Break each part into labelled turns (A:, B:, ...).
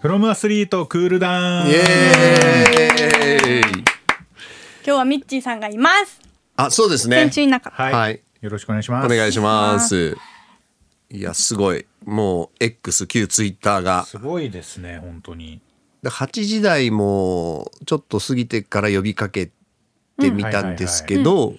A: フロムアスリートクールダウン。
B: イエーイ
C: 今日はミッチーさんがいます。
B: あ、そうですね
C: 先。週いなかった。
A: はい、
B: はい
A: よろしくお願いします。
B: お願いしま
C: お
B: す。いや、すごい。もう X 旧ツイッターが
A: すごいですね、本当に。
B: で8時台もちょっと過ぎてから呼びかけてみたんですけど、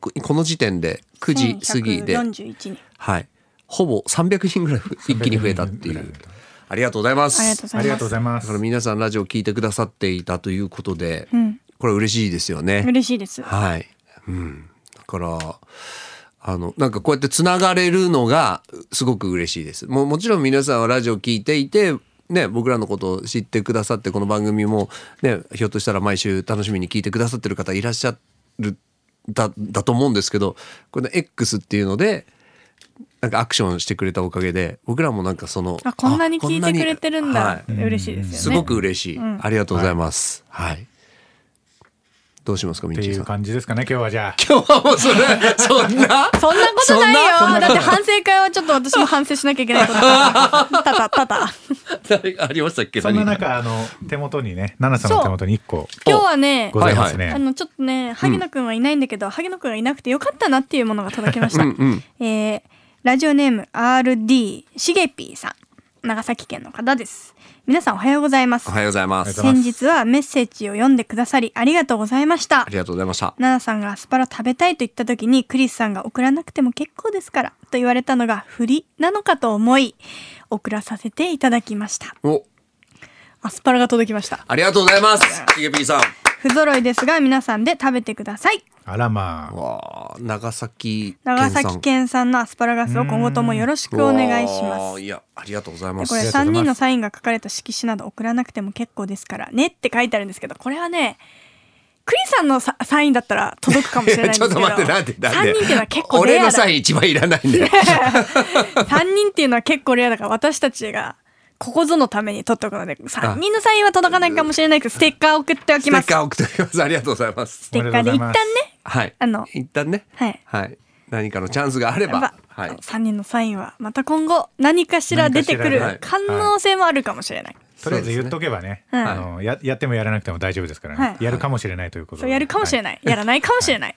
B: ここの時点で9時過ぎで、
C: 41人。
B: はい、ほぼ300人ぐらい一気に増えたってい
A: 300人ぐらい増
B: う。ありがとうございま
C: ありがとう
B: す。
C: ございます。
A: ありがとうございま
B: だ
A: す
B: から。皆さんラジオ聞いてくださっていたということで、
C: ん
B: これ嬉しいですよね。
C: 嬉しいです。
B: はい。うん。だから、あの、なんかこうやってつながれるのがすごく嬉しいです。もうもちろん皆さんはラジオ聞いていて、ね、僕らのことを知ってくださって、この番組も、ね、ひょっとしたら毎週楽しみに聞いてくださってる方いらっしゃる、だ、だと思うんですけど、この X っていうので、なんかアクションしてくれたおかげで、僕らもなんかその、
C: あ、こんなに聞いてくれてるん
B: は
C: だ
B: い。
C: 嬉しいです
B: す
C: よね。
B: ごく嬉しい、ありがとうございます。はい。どうしますか、み
A: っ
B: ち
A: て
B: ー
A: い
B: さ。
A: うん感じですかね、今日はじゃあ。
B: 今日はもうそれ、そんな。
C: そんなことない
B: そん
C: よ。
B: な
C: だって反省会はちょっと私も反省しなきゃいけないことただただ。
B: 誰ありましたっけ。
A: そんな
B: 何が
A: 中、あの、手元にね、奈々さんの手元に一個
C: 今日はね、
A: ございますね。
C: あのちょっとね萩野くんはいないんだけど、萩野くんがいなくてよかったなっていうものが届きましたえーラジオネーム RD しげぴーさん長崎県の方です皆さんおはようございます
B: おはようございます。
A: うございま
C: 先日はメッセージを読んでくださりありがとうございました
B: ありがとうございました。
C: 奈々さんがアスパラ食べたいと言った時にクリスさんが送らなくても結構ですからと言われたのが振りなのかと思い送らさせていただきました
B: お、
C: アスパラが届きました
B: ありがとうございます。ひげぴーさん。
C: 不揃いですが皆さんで食べてください
A: あらまあ。
B: わあ、長崎県さ
C: 長
B: ん。
C: 崎県産のアスパラガスを今後ともよろしくお願いし
B: わ
C: ま
B: あ
C: す。
B: いや、ありがとうございま。
C: ですこれ
A: ありがとうございます
C: 3人のサインが書かれた色紙など送らなくても結構ですからねって書いてあるんですけどこれはねクリさんのササインだったら届くかもしれないんです
B: ちょ
C: け
B: っ
C: ど
B: と待って、なんで、なん
C: 3
B: で。
C: 人っていうのは結構レ
B: 俺
C: ア
B: の
C: だ
B: サ
C: 3
B: イン一番いらないん だよ。
C: 人っていうのは結構レアだから私たちがここぞのために取っておくので3人のサインは届かないかもしれないけどステッカー送ってお
B: ステ
C: きま
B: ッ
C: すス
B: カー送っておきます。ありがとうございます。
C: テッカーで一旦ね
B: はい。
C: あの
B: 一旦ね。
C: はい
B: はい。何かのチャンスがあれ
C: やっ
B: ば
C: ぱ。
B: はい。
C: 3人のサインはまた今後何かしら出てく
A: 何
C: る
B: かし
C: 可能性もあるかもしれない。
A: とりあえず言っとけばね、
C: はい
A: あのややってもやらなくても大丈夫ですからね、
C: はい
A: やるかもしれないということで
C: そうやるかもしれ
A: い、
C: ない、やらないかもしれない。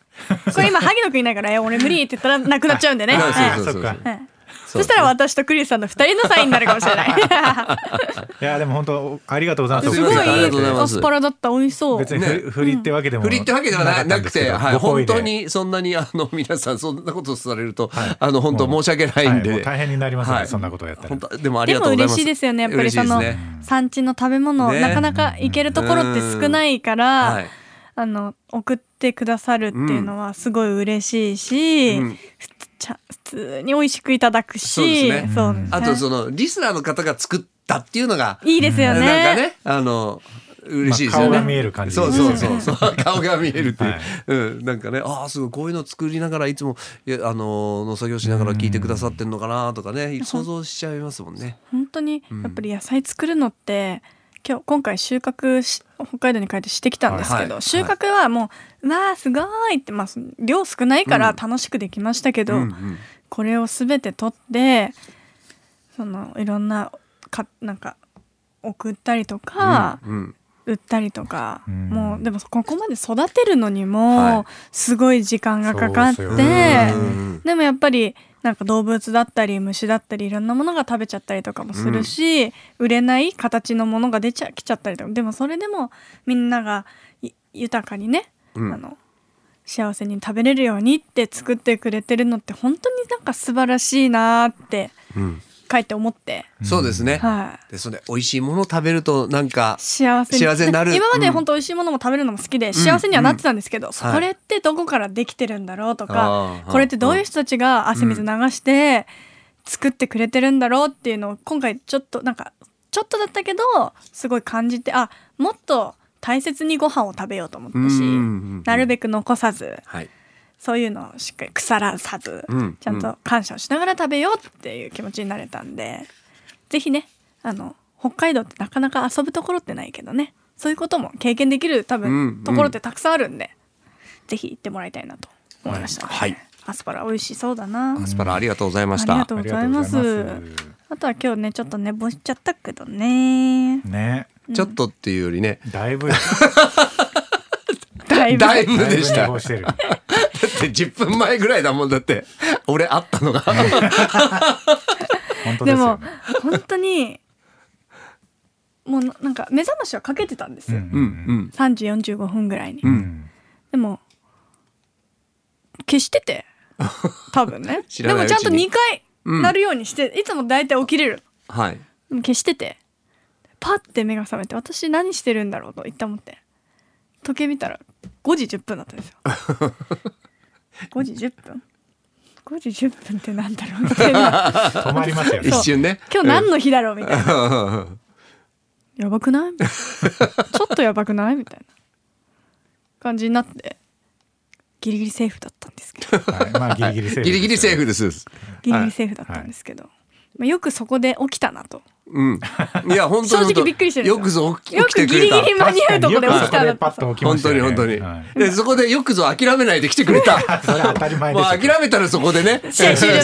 C: これ今萩野くんいないからいや俺無理って言ったらなくなっちゃうんでね。
B: そう
C: はい
B: そうそうそう
A: はい
C: はい
B: そ
C: そうしたら私とクリスさんの二人のサインになるかもし れない。
A: い、やでも本当ありがとうございます
B: す
C: す
B: ご
C: ご
B: い
C: い
A: 送ってただて
B: ありがとうございます
C: アスパラだった美味しそう。
A: 別にふり、振りってわけでも
B: 振りってわけではな
A: か
B: な
A: ったんで
B: く
A: すけ
B: て、
A: ど
B: はい、
A: ご厚
B: 本
A: 意で
B: 当にそんなにあの皆さんそんなことされると、あの本当申し訳ないんで、
A: はいもう大変になりますねそんなことをやったら
B: 本当でもあり
C: で
B: がとう
C: も
B: ございます。
C: 嬉しいですよねやっぱりその、
B: 嬉しいですね
C: 産地の食べ物、
B: ね
C: なかなか行けるところって少ないから、
B: はい
C: あの送ってくださるっていうのはすごい嬉しいし、
B: うん
C: ふつちゃ普通に美味しくいただくし
B: そうですね
C: そうですね
B: あとそのリスナーの方が作ったっていうのが、
C: いいですよ
B: なん
C: ね。
B: かねあの嬉しいですよね。
A: まあ顔が見える感じ
B: そうそうそうそう、 顔が見えるっていう、
A: はい
B: うんなんかねああすごいこういうの作りながらいつもいやあの農作業しながら聞いてくださってんのかなとかね想像しちゃいますもんね。
C: 本当にやっぱり野菜作るのって、今日今回収穫し北海道に帰ってしてきたんですけ
B: はい
C: ど、
B: はい
C: 収穫はもう、うわあすごいって、まあ、その量少ないから楽しくできましたけど、
B: うんうん
C: これを全て取ってそのいろんなかなんか送ったりとか、
B: うんうん
C: 売ったりとか、
A: うん
C: もうでもここまで育てるのにも、
B: はい
C: すごい時間がかかって
A: そうですよね
B: うん
C: でもやっぱりなんか動物だったり虫だったりいろんなものが食べちゃったりとかもするし、売れない形のものが出ちゃきちゃったりとかでもそれでもみんながい豊かにね、
B: うん
C: あの幸せに食べれるようにって作ってくれてるのって本当になんか素晴らしいなーって
B: うん
C: 書いて 思って、
B: そうですね。
C: はい、
B: でそれで美味しいものを食べるとなんか
C: 幸せに
B: 幸せになる
C: 今ま
B: う
C: で
B: ん
C: 本当美味しいものも食べるのも好きで幸せにはなってたんですけ
B: う
C: ど、
B: ん
C: これってどこからできてるんだろうと
B: は
C: か
B: い、
C: これってどういう人たちが汗水流して作ってくれてるんだろうっていうのを今回ちょっとなんかちょっとだったけどすごい感じてあもっと大切にご飯を食べようと思ったし、
B: うんうんうんうん
C: なるべく残さず
B: はい
C: そういうのをしっかり腐らさず、
B: うん
C: ちゃんと感謝をしながら食べようっていう気持ちになれたんで、ぜひねあの北海道ってなかなか遊ぶところってないけどねそういうことも経験できる多分、
B: うんうん
C: ところってたくさんあるんでぜひ行ってもらいたいなと思いました、
B: はいはい
C: アスパラ美味しいそうだな、
B: アスパラありがとうございま
C: あ
B: し
C: り
B: た。
C: がとうございます
A: ありがとうございます
C: あとは今日ねちょっと寝坊しちゃったけどね
A: ね
B: ちょっとっていうよりね、
A: だいぶ
C: だいぶ
B: だいぶ
A: だいぶ
B: でした
A: 寝坊してる
B: だって10分前ぐらいだもんだって俺会ったのが
A: 本当
C: で
A: ですよ
C: も
A: ね
C: 本当にもうななんか目覚ましはかけてたんですよ、
B: うんうん
C: 3時45分ぐらいに、
B: う
A: うんん
C: でも消し てて多分ね
B: 知
C: で
B: らな
C: も
B: いう
C: ち
B: ち
C: ゃ
B: に
C: んと2回
B: うん
C: 鳴るようにして、いつも大体起きれる
B: はい
C: でも消しててパッて目が覚めて私何してるんだろうと一旦思って時計見たら5時10分だったんで すよ5時10分5時10分ってなんだろうみたいな
A: 止まりますよね
B: 一瞬ね
C: 今日何の日だろうみたいな
B: うん
C: やばく ないみたいなちょっとやばくないみたいな感じになってギリギリセーフだったんですけど
A: はいまあギリギリセーフ
B: ギリギリセー
A: フ
B: フです
C: ギリギリセーフだったんですけど、まあ、よくそこで起きたなと
B: うんいや本当に
C: 正直びっくりしてる
B: よくぞ起き
C: よ
B: 起き
C: く
B: て
C: ギ
B: く
C: リギ
B: れた
C: リ間に合うとこで起きた
A: で
C: な
A: パ
C: と
A: ッと起きま
B: 本
A: した
B: 当
A: よ
B: に
A: ね
B: 本当に、
A: はい
B: でそこでよくぞ諦めないで来てくれた
A: それは当たり前
B: も
A: で
B: う
A: すよ
B: 諦めたらそこでね
C: 試合 終了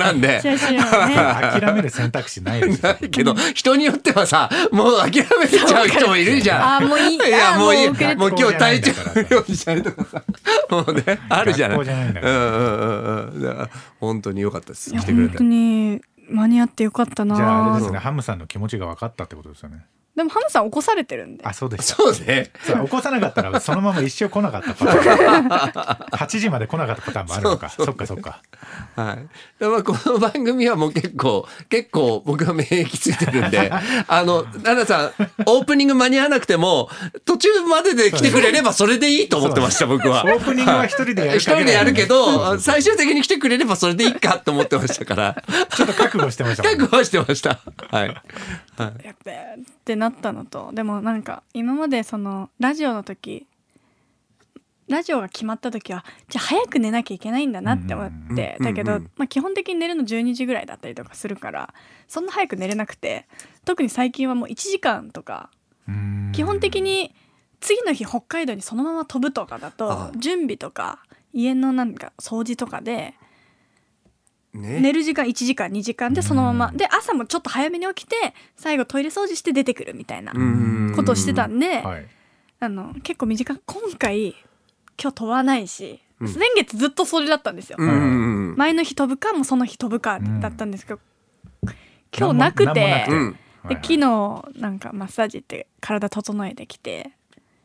C: なんで ね
B: 試合終了なんで
C: 試合終了なん でね
A: 諦める選択肢ない ですよ
B: ないけど、人によってはさ、もう諦めちゃう人もいるじゃん。
C: あーもういい
B: いや、
C: あー
B: もういい。
C: もう遅れて
B: もう今日体調不良にしたりとかさ、もうね、あるじゃない。
A: 学校じゃないんだから
B: うんうんうんうんだから。本当に良かったです。
C: いや
B: 来てくれ
C: 本
B: て
C: 当。に間に合ってよかったな
A: じゃああれです
C: で
A: ねハムさんの気持ちが分かったってことですよね
C: もハムさん起こされてるんで
A: あそうです
B: そうね。
A: そう起こさなかったらそのまま一生来なかったパターン 8時まで来なかったパターンもあるのかそっかそっか
B: はい。でまあ、この番組はもう結構、結構僕は免疫ついてるん で、あの、奈々さん、オープニング間に合わなくても、途中までで来てくれればそれでいいと思ってました、僕は。
A: オープニングは一人でやる
B: 一人でやるけ
A: そうそうそ
B: ど、
A: う
B: 最終的に来てくれればそれでいいかと思ってました から、
A: ちょっと覚悟してましたもんね
B: 覚悟はしてました。はい。
C: やっべーってなったのとでもなんか今までそのラジオの時ラジオが決まった時はじゃあ早く寝なきゃいけないんだなって思って、
B: うんうんうん
C: だけど、
B: うんうん
C: まあ、基本的に寝るの12時ぐらいだったりとかするからそんな早く寝れなくて特に最近はもう1時間とか
A: うーん
C: 基本的に次の日北海道にそのまま飛ぶとかだ
B: あ
C: と準備とか家のなんか掃除とかで
B: ね。
C: 寝る時間1時間2時間でそのままで朝もちょっと早めに起きて最後トイレ掃除して出てくるみたいな。
B: うん
C: ことをしてた。んで、
A: はい
C: あの結構短く今回今日飛ばないし、
B: うん
C: 先月ずっとそれだったんですよ、
B: うんうん
C: 前の日飛ぶかもうその日飛ぶか
A: ん
C: だったんですけど、今日なく
A: な
C: て
A: んもなんもな
B: うん。
A: くてはい
C: で昨日なんかマッサージ行って体整えてきて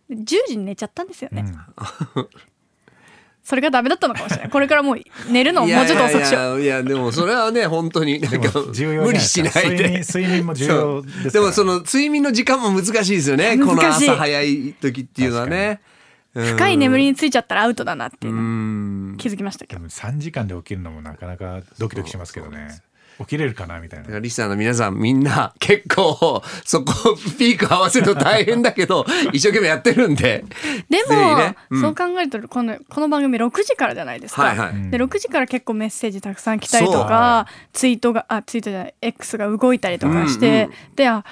C: で10時に寝ちゃったんですよね、
A: うん
C: それがダメだったのかもしれないこれからもう寝るのを
B: い
C: も
B: や
C: う
B: い
C: ちょっと
B: やい
C: 遅くしよう
B: や、いや、でもそれはね、本当に、なん
A: で
B: か
A: も重要じゃな
B: 無
A: い
B: 理
A: です
B: し
A: か
B: ない
A: 睡眠
B: で。
A: 睡眠も重
B: そ
A: 要
B: う
A: ですから
B: でもその睡眠の時間も難しいですよね。この
C: 難しい
B: 朝早い時っていうのはね。
C: 深い眠
B: り。
C: りについちゃったらアウトだなっていう
B: う
C: の
B: ん。
C: 気づきました
A: で
C: けど、
A: も3時間で起きるのもなかなかドキドキしますけどね起きれるかなみたい
B: だか
A: な
B: らリスナーの皆さんみんな結構そこピーク合わせるの大変だけ ど一生懸命やってるんで
C: で
B: ぜひ
C: も、
B: ねうん
C: そう考えるとこのこの番組6時からじゃないですか、
B: はいはい
A: うん
C: で6時から結構メッセージたくさん来たりとかツイートがあツイートじゃない X が動いたりとかして、であ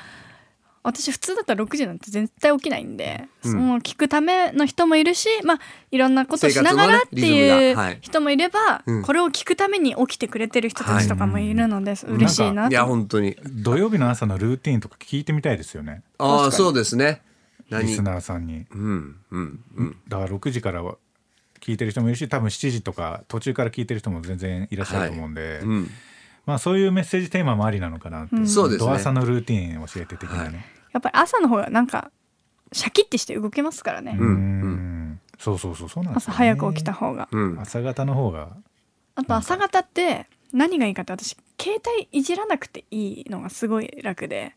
C: 私普通だったら6時なんて絶対起きないんで、
B: うん
C: その聞くための人もいるし、まあ、いろんなことしながらって
B: 生活のねリ
C: い
B: ズム
C: う
B: がはい
C: 人もいれば、
B: うん
C: これを聞くために起きてくれてる人たちとかもいるので、嬉しいないと
B: や本当に
A: 土曜日の朝のルーティンとか聞いてみたいですよね
B: ああそうですね
A: リ
B: 何
A: スナーさんに
B: うんうんうん
A: だから6時からは聞いてる人もいるし多分7時とか途中から聞いてる人も全然いらっしゃると思うんで、
B: うん
A: まあ、そういうメッセージテーマもありなのかなって、
C: うん
B: そうですね
A: ドアさんのルーティン教えて的なね、
C: やっぱり朝の方がなんかシャキッてして動けますからね、
A: う
B: うん
A: んそうそうそうそうなんです
C: 朝
A: よね
C: 早く起きた方が。
B: うん
A: 朝方の方が
C: あと朝方って何がいいかって私携帯いじらなくていいのがすごい楽で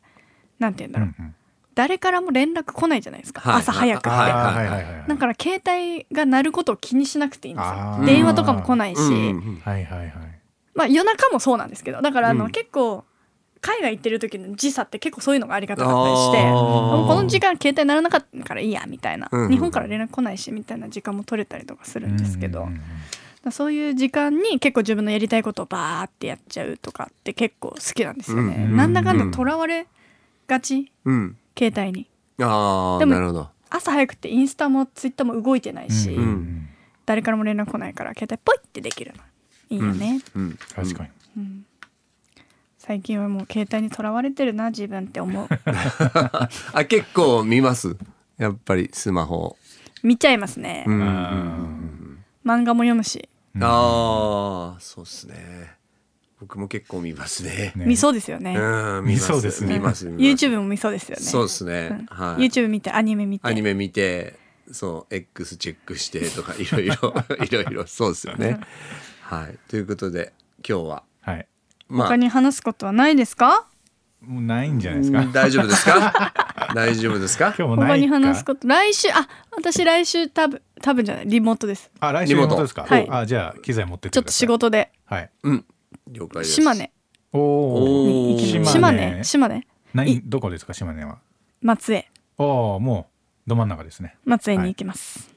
C: なんて言うんだ
A: うん
C: ろ
A: う
C: う、
A: ん
C: 誰からも連絡来ないじゃないですか、
B: はい
C: 朝早くって、
B: あはい
A: あーはいはいはいはい
C: だから携帯が鳴ることを気にしなくていいんです
A: あ
C: よ
A: ー
C: 電話とかも来ないし、
B: うん
A: はいはいはい
C: まあ夜中もそうなんですけどだからあの、
B: うん
C: 結構海外行ってる時の時差って結構そういうのがありがた
B: あ
C: かったりしてもうこの時
B: 間
C: 間携帯鳴らなかったからいいやみたいな、
B: うん
C: 日本から連絡来ないしみたいな時間も取れたりとかするんですけど、
A: うんうんうん
C: だからそういう時間に結構自分のやりたいことをバーってやっちゃうとかって結構好きなんですよね、
B: うん
C: なんだかんだとらわれがち
B: うん
C: 携帯に
B: ああ
C: でも
B: なるほど
C: 朝早くってインスタもツイッターも動いてないし、
A: うんうんうん
C: 誰からも連絡来ないから携帯ポイってできるのいいよね、
B: うん
A: 確かに、
C: 最近はもう携帯にとらわれてるな自分っ て思う
B: あ結構見ますやっぱりスマホ、
C: 見ちゃいますね、
B: うん
C: 漫画も読むし、
B: ああそうっすね僕も結構見ますね
A: ね
C: 見そうですよね
B: うん見ます
A: 見そうですね
B: 見ます見ます
C: YouTube も見そうですよね
B: そうですね、
C: うん
B: はい
C: YouTube 見てアニメ見て
B: アニメ見てそう X チェックしてと かいろいろいろいろそうですよね。はいということで今日は
A: はい
B: ま
C: 他に話すことはないですか
A: もうないんじゃないですか
B: 大丈夫ですか大丈夫ですか
A: 今日もな
C: 他
A: い
C: に
A: か
C: 話すこと来週あ私来週多分多分じゃないリモートです
A: あ来週
B: リモート
A: 本当ですか、
C: はい
A: あじゃあ機材持ってって
C: ちょっ
A: く
C: と
A: ださい
C: 仕事で
A: はい
B: うん了解です。
C: 島根
A: お
B: お
A: お
B: ー
C: に行きます
A: 島
C: 島
A: 根
C: 根島根
A: 何どこですか島根は
C: 松江
A: おおもうど真ん中ですね
C: 松江に行きます、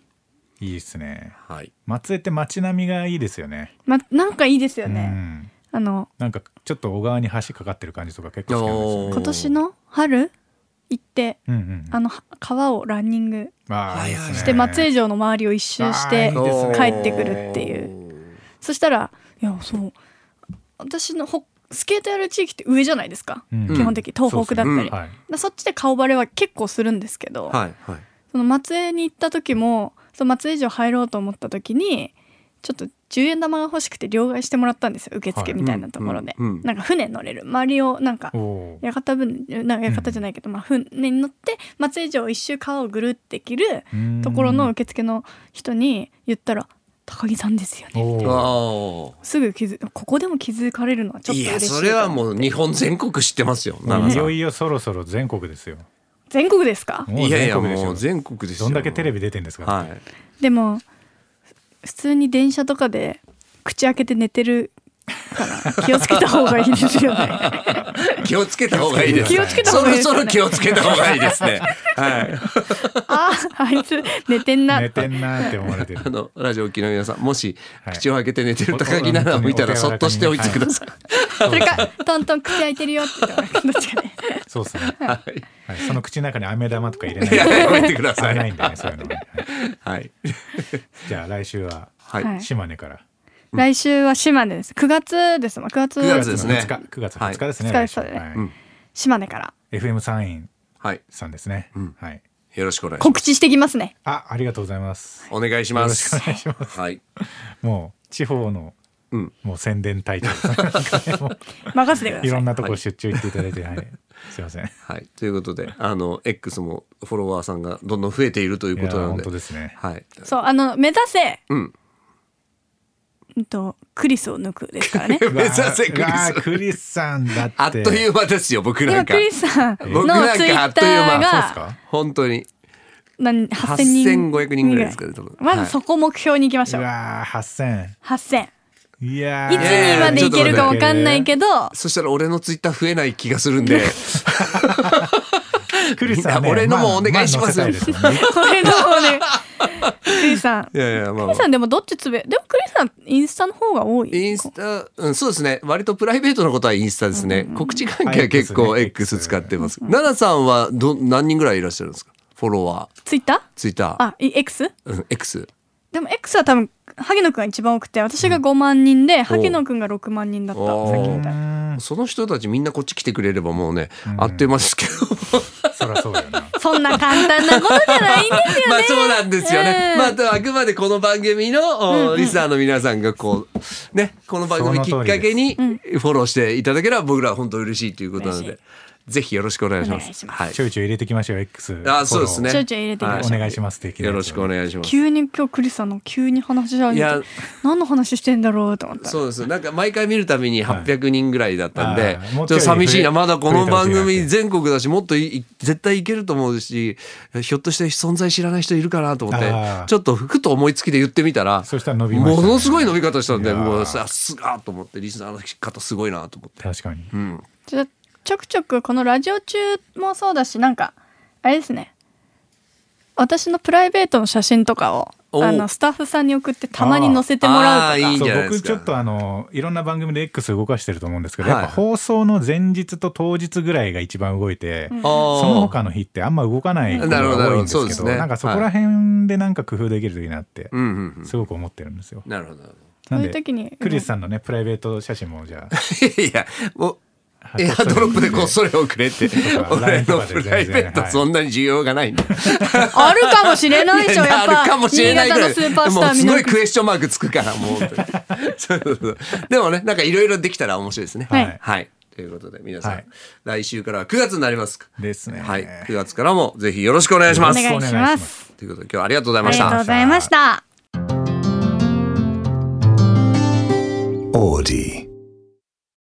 A: いいですね
B: はい
A: 松江って街並みがいいですよね
C: ま、なんかいいですよ
A: う
C: ね、
A: ん
C: あの
A: なんかちょっと小川に橋かかってる感じとか結構好きなんですよ
B: おー
A: ね
C: 今年の春行って
A: うんうん
C: あのは川をランニング
A: まあ
B: はいい
A: い
B: はい
A: ですね
C: して松江城の周りを一周して
A: あーいいですね
C: 帰ってくるっていうそしたらいやそう私のほスケートやる地域って上じゃないですか、
A: うん
C: 基本的に東北だった
B: そう
C: り
B: ですね
C: そ
B: うん
A: はい
C: そっちで顔バレは結構するんですけど、
B: はいはい
C: その松江に行った時もその松江城入ろうと思った時にちょっと10円玉が欲しくて両替してもらったんですよ受付みたいなところ
B: は
C: で、
B: いうんうんうん
C: なんか船乗れる周りをなんか
A: おお
C: 屋形船なんか屋形じゃないけど、まあ、船に乗って松江城を一周川をぐるってできるところの受付の人に言ったら「高木さんですよね」
A: お
B: あ
A: ー
B: ー
C: すぐ気づここでも気づかれるのはちょっと
B: い
C: 嬉
B: や
C: しい
B: それは
C: う
B: もう日本全国知ってますよ奈
A: も
B: 々
A: うい
B: さ
A: よ
B: ん
A: いよそろそろ全国ですよ
C: 全国ですか
A: もう
B: いやいや
A: 全国です
B: も
A: よ
B: う全国ですよ
A: どんだけテレビ出てんですか
B: はい
C: でも普通に電車とかで口開けて寝てる から気をつけた方がいいですよね
B: 気をつけた方がいいです。
A: 気をつけ
C: た方がいいですね
B: そろそろ気をつけた方がいいです ね。はい。
C: ああいつ寝てんな
A: 寝てんなーって思われてる
B: あのラジオを聞きの皆さん、もし
A: はい
B: 口を開けて寝てる
A: お
B: 高木奈々を見たらそっとしておいてください。
C: それかトントン口開いてるよって言ったらどっちかね
A: そうですね
B: はい。
A: はいその口の中に飴玉とか入れない
B: いや
A: で
B: やめてくだ
A: 危
B: さ。
A: ないいんだねそういうのねは
B: は
A: い
B: い。
A: じゃあ来週は
B: はい。
C: はい
A: 島根から
C: 来週は島根です9月ですもん9月
B: 9月で
A: 9月
B: す
A: の
B: ね
A: 2日9月2日ですね
C: は
A: 来
C: い
A: 週
C: 二日ですね
A: はい
B: うん
C: 島根から
A: FM 参院
B: はい。
A: さんですね
B: ん
A: はい
B: よろしくお願いします。
C: 告知してきますね
A: あありがとうございます
B: お願いし
A: よ
B: ま
A: ろしく
B: す
A: お。願いします
B: はい。
A: もう地方の
B: うん。
A: もう宣伝 隊長ですねなんかねもう
C: 任せてくだ
A: い
C: さ
A: ろ
C: い
A: んなとこ出張行っていただいて、はい、すいません。い
B: はい。ということで、あの X もフォロワーさんがどんどん増えているというこ
A: や
B: となの
A: 本
B: で
A: 当、です ね。
B: はい。
C: そうあの目指せ
B: うん。
C: うんとクリスを抜くですからね
B: 目指せク
A: う
B: リ
A: わー
B: ス。
A: クリスさんだって。
B: あっというう間ですよ。僕 な
C: 今
B: んか
C: ク。リスさんの
B: 僕なん
C: ツイ
B: かあ
C: ッ
B: っ
C: タ
B: という間
C: ー
A: そうです
C: が
A: か。
B: 本当に
C: 何
B: 八
C: 8000
B: 千
C: 人
B: 五百人ぐらいですかね。多分
C: まずそこ目標に行きまし
A: う
C: ょう、
A: わー八千。
C: 8000
A: いやー。
C: いつにまでいけるかわかんないけど、
B: そしたら俺のツイッター増えない気がするん で、
A: クリスさ
B: み
A: ん、ね、
B: んな俺のもお願いします
A: ああ載せたいですもんね
C: これの 方ね。クリさん。ク
B: いやいやまあ
C: リさんでもどっちつべ、でもクリさんインスタの方が多い。
B: インスタ、うん、そうですね。割とプライベートなことはインスタですね。告知関係は結構
A: あ
B: X
A: X
B: 使ってます。奈々さんはど何人ぐらいいらっしゃるんですかフォロワー、
C: ツイッター
B: ツイッタ
C: あ、い X?
B: ー、うん、X。
C: でも X は多分、萩野くんが一番多くて、私が5万人で、萩野くんが6万人だった。さ
B: おー
C: っきみた
A: う
C: いな。
A: ーん。
B: その人たちみんなこっち来てくれればもうね、あってますけど。
A: そりゃそうだよな。
C: そんな簡単なことじゃないんですよ
B: まあ
C: ね。
B: そうなんですよね。
C: うん
B: まあでもあくまでこの番組のおリスナーの皆さんがこうねこの番組きっかけにフォローしていただければ僕らは本当嬉しいということなの
C: 嬉し
B: でぜひよろしくお願いしま
C: お願い
B: す。
C: しま
B: はい
A: ち。ょいちょい入れてきましょう X。
B: あそうですね。
C: ちょいちょい入れていきま
A: しょうお願いします
B: はよろしくお願いします。
C: 急に今日クリさんの急に話し合
B: いや
C: い何の話してんだろうと思ったら
B: そうですなんか毎回見るたびに800人ぐらいだったんで、
A: あー
B: ちょ
A: もう
B: っ
A: ちょい
B: と寂しいな
A: 増え
B: まだこの番
A: 増えてほしいな
B: 組
A: って
B: 全国だしもっといい絶対いけると思うしひょっとして存在知らない人いるかなと思って
A: あー
B: ちょっとふと思いつきで言ってみたら
A: そしたら伸びましたね
B: ものすごい伸び方したんで
A: いやー
B: もうさすがと思ってリスナーの方すごいなと思って。
A: 確かに。
B: うん、
C: ちょちょくちょくこのラジオ中もそうだしなんかあれですね私のプライベートの写真とか
B: お
C: を
B: う
C: あのスタッフさんに送ってたまに載せてもらうと
B: あーいいん
A: そ
B: じゃな
A: う
B: いです
A: 僕
B: か
A: ちょっとあのいろんな番組で X 動かしてると思うんですけど、
B: はい
A: やっぱ放送の前日と当日ぐらいが一番動いて、
B: あー
A: その他の日ってあんま動かないことが多いん
B: なる
A: ですけ
B: ほどなるほどそ
A: ど
B: うですね
A: なんかそこら辺でなんか工夫できるといいなって
B: うんうんうん
A: すごく思ってるんですよ。
B: なるほどなるほ
C: そう
A: なん
C: いう
A: で
C: 時に
A: クリスさんのねプライベート写真もじゃ
B: どいやもう
A: あ
B: エアドロップでこっそり送れって
A: か
B: 俺
A: LINE と
B: の
A: かで
B: プ
A: 全然
B: ライベート
A: はい
B: そんなに需要がないんだ
C: あるかもしれないでしょや っ
B: あ
C: ぱ
B: るかもしれ
C: 新
B: ない
C: 潟
B: ぐら
C: の
B: い
C: スーパースタ
B: も
C: ー
B: う
C: み
B: す
C: ん
B: ご
C: ない
B: クエスチョンマークつくからもう本当にそうそう そうでもねなんかいろいろできたら面白いですね
C: はい
B: はいということで皆さん、
A: はい
B: 来週からは9月になります
A: ですね
B: はい9月からもぜひよろしくお願いしま
C: お
B: す
A: い
C: 願いします
B: ということで今日はありがとうござい
C: あ
B: まし
C: り
B: た
C: がとうございました
A: オーディ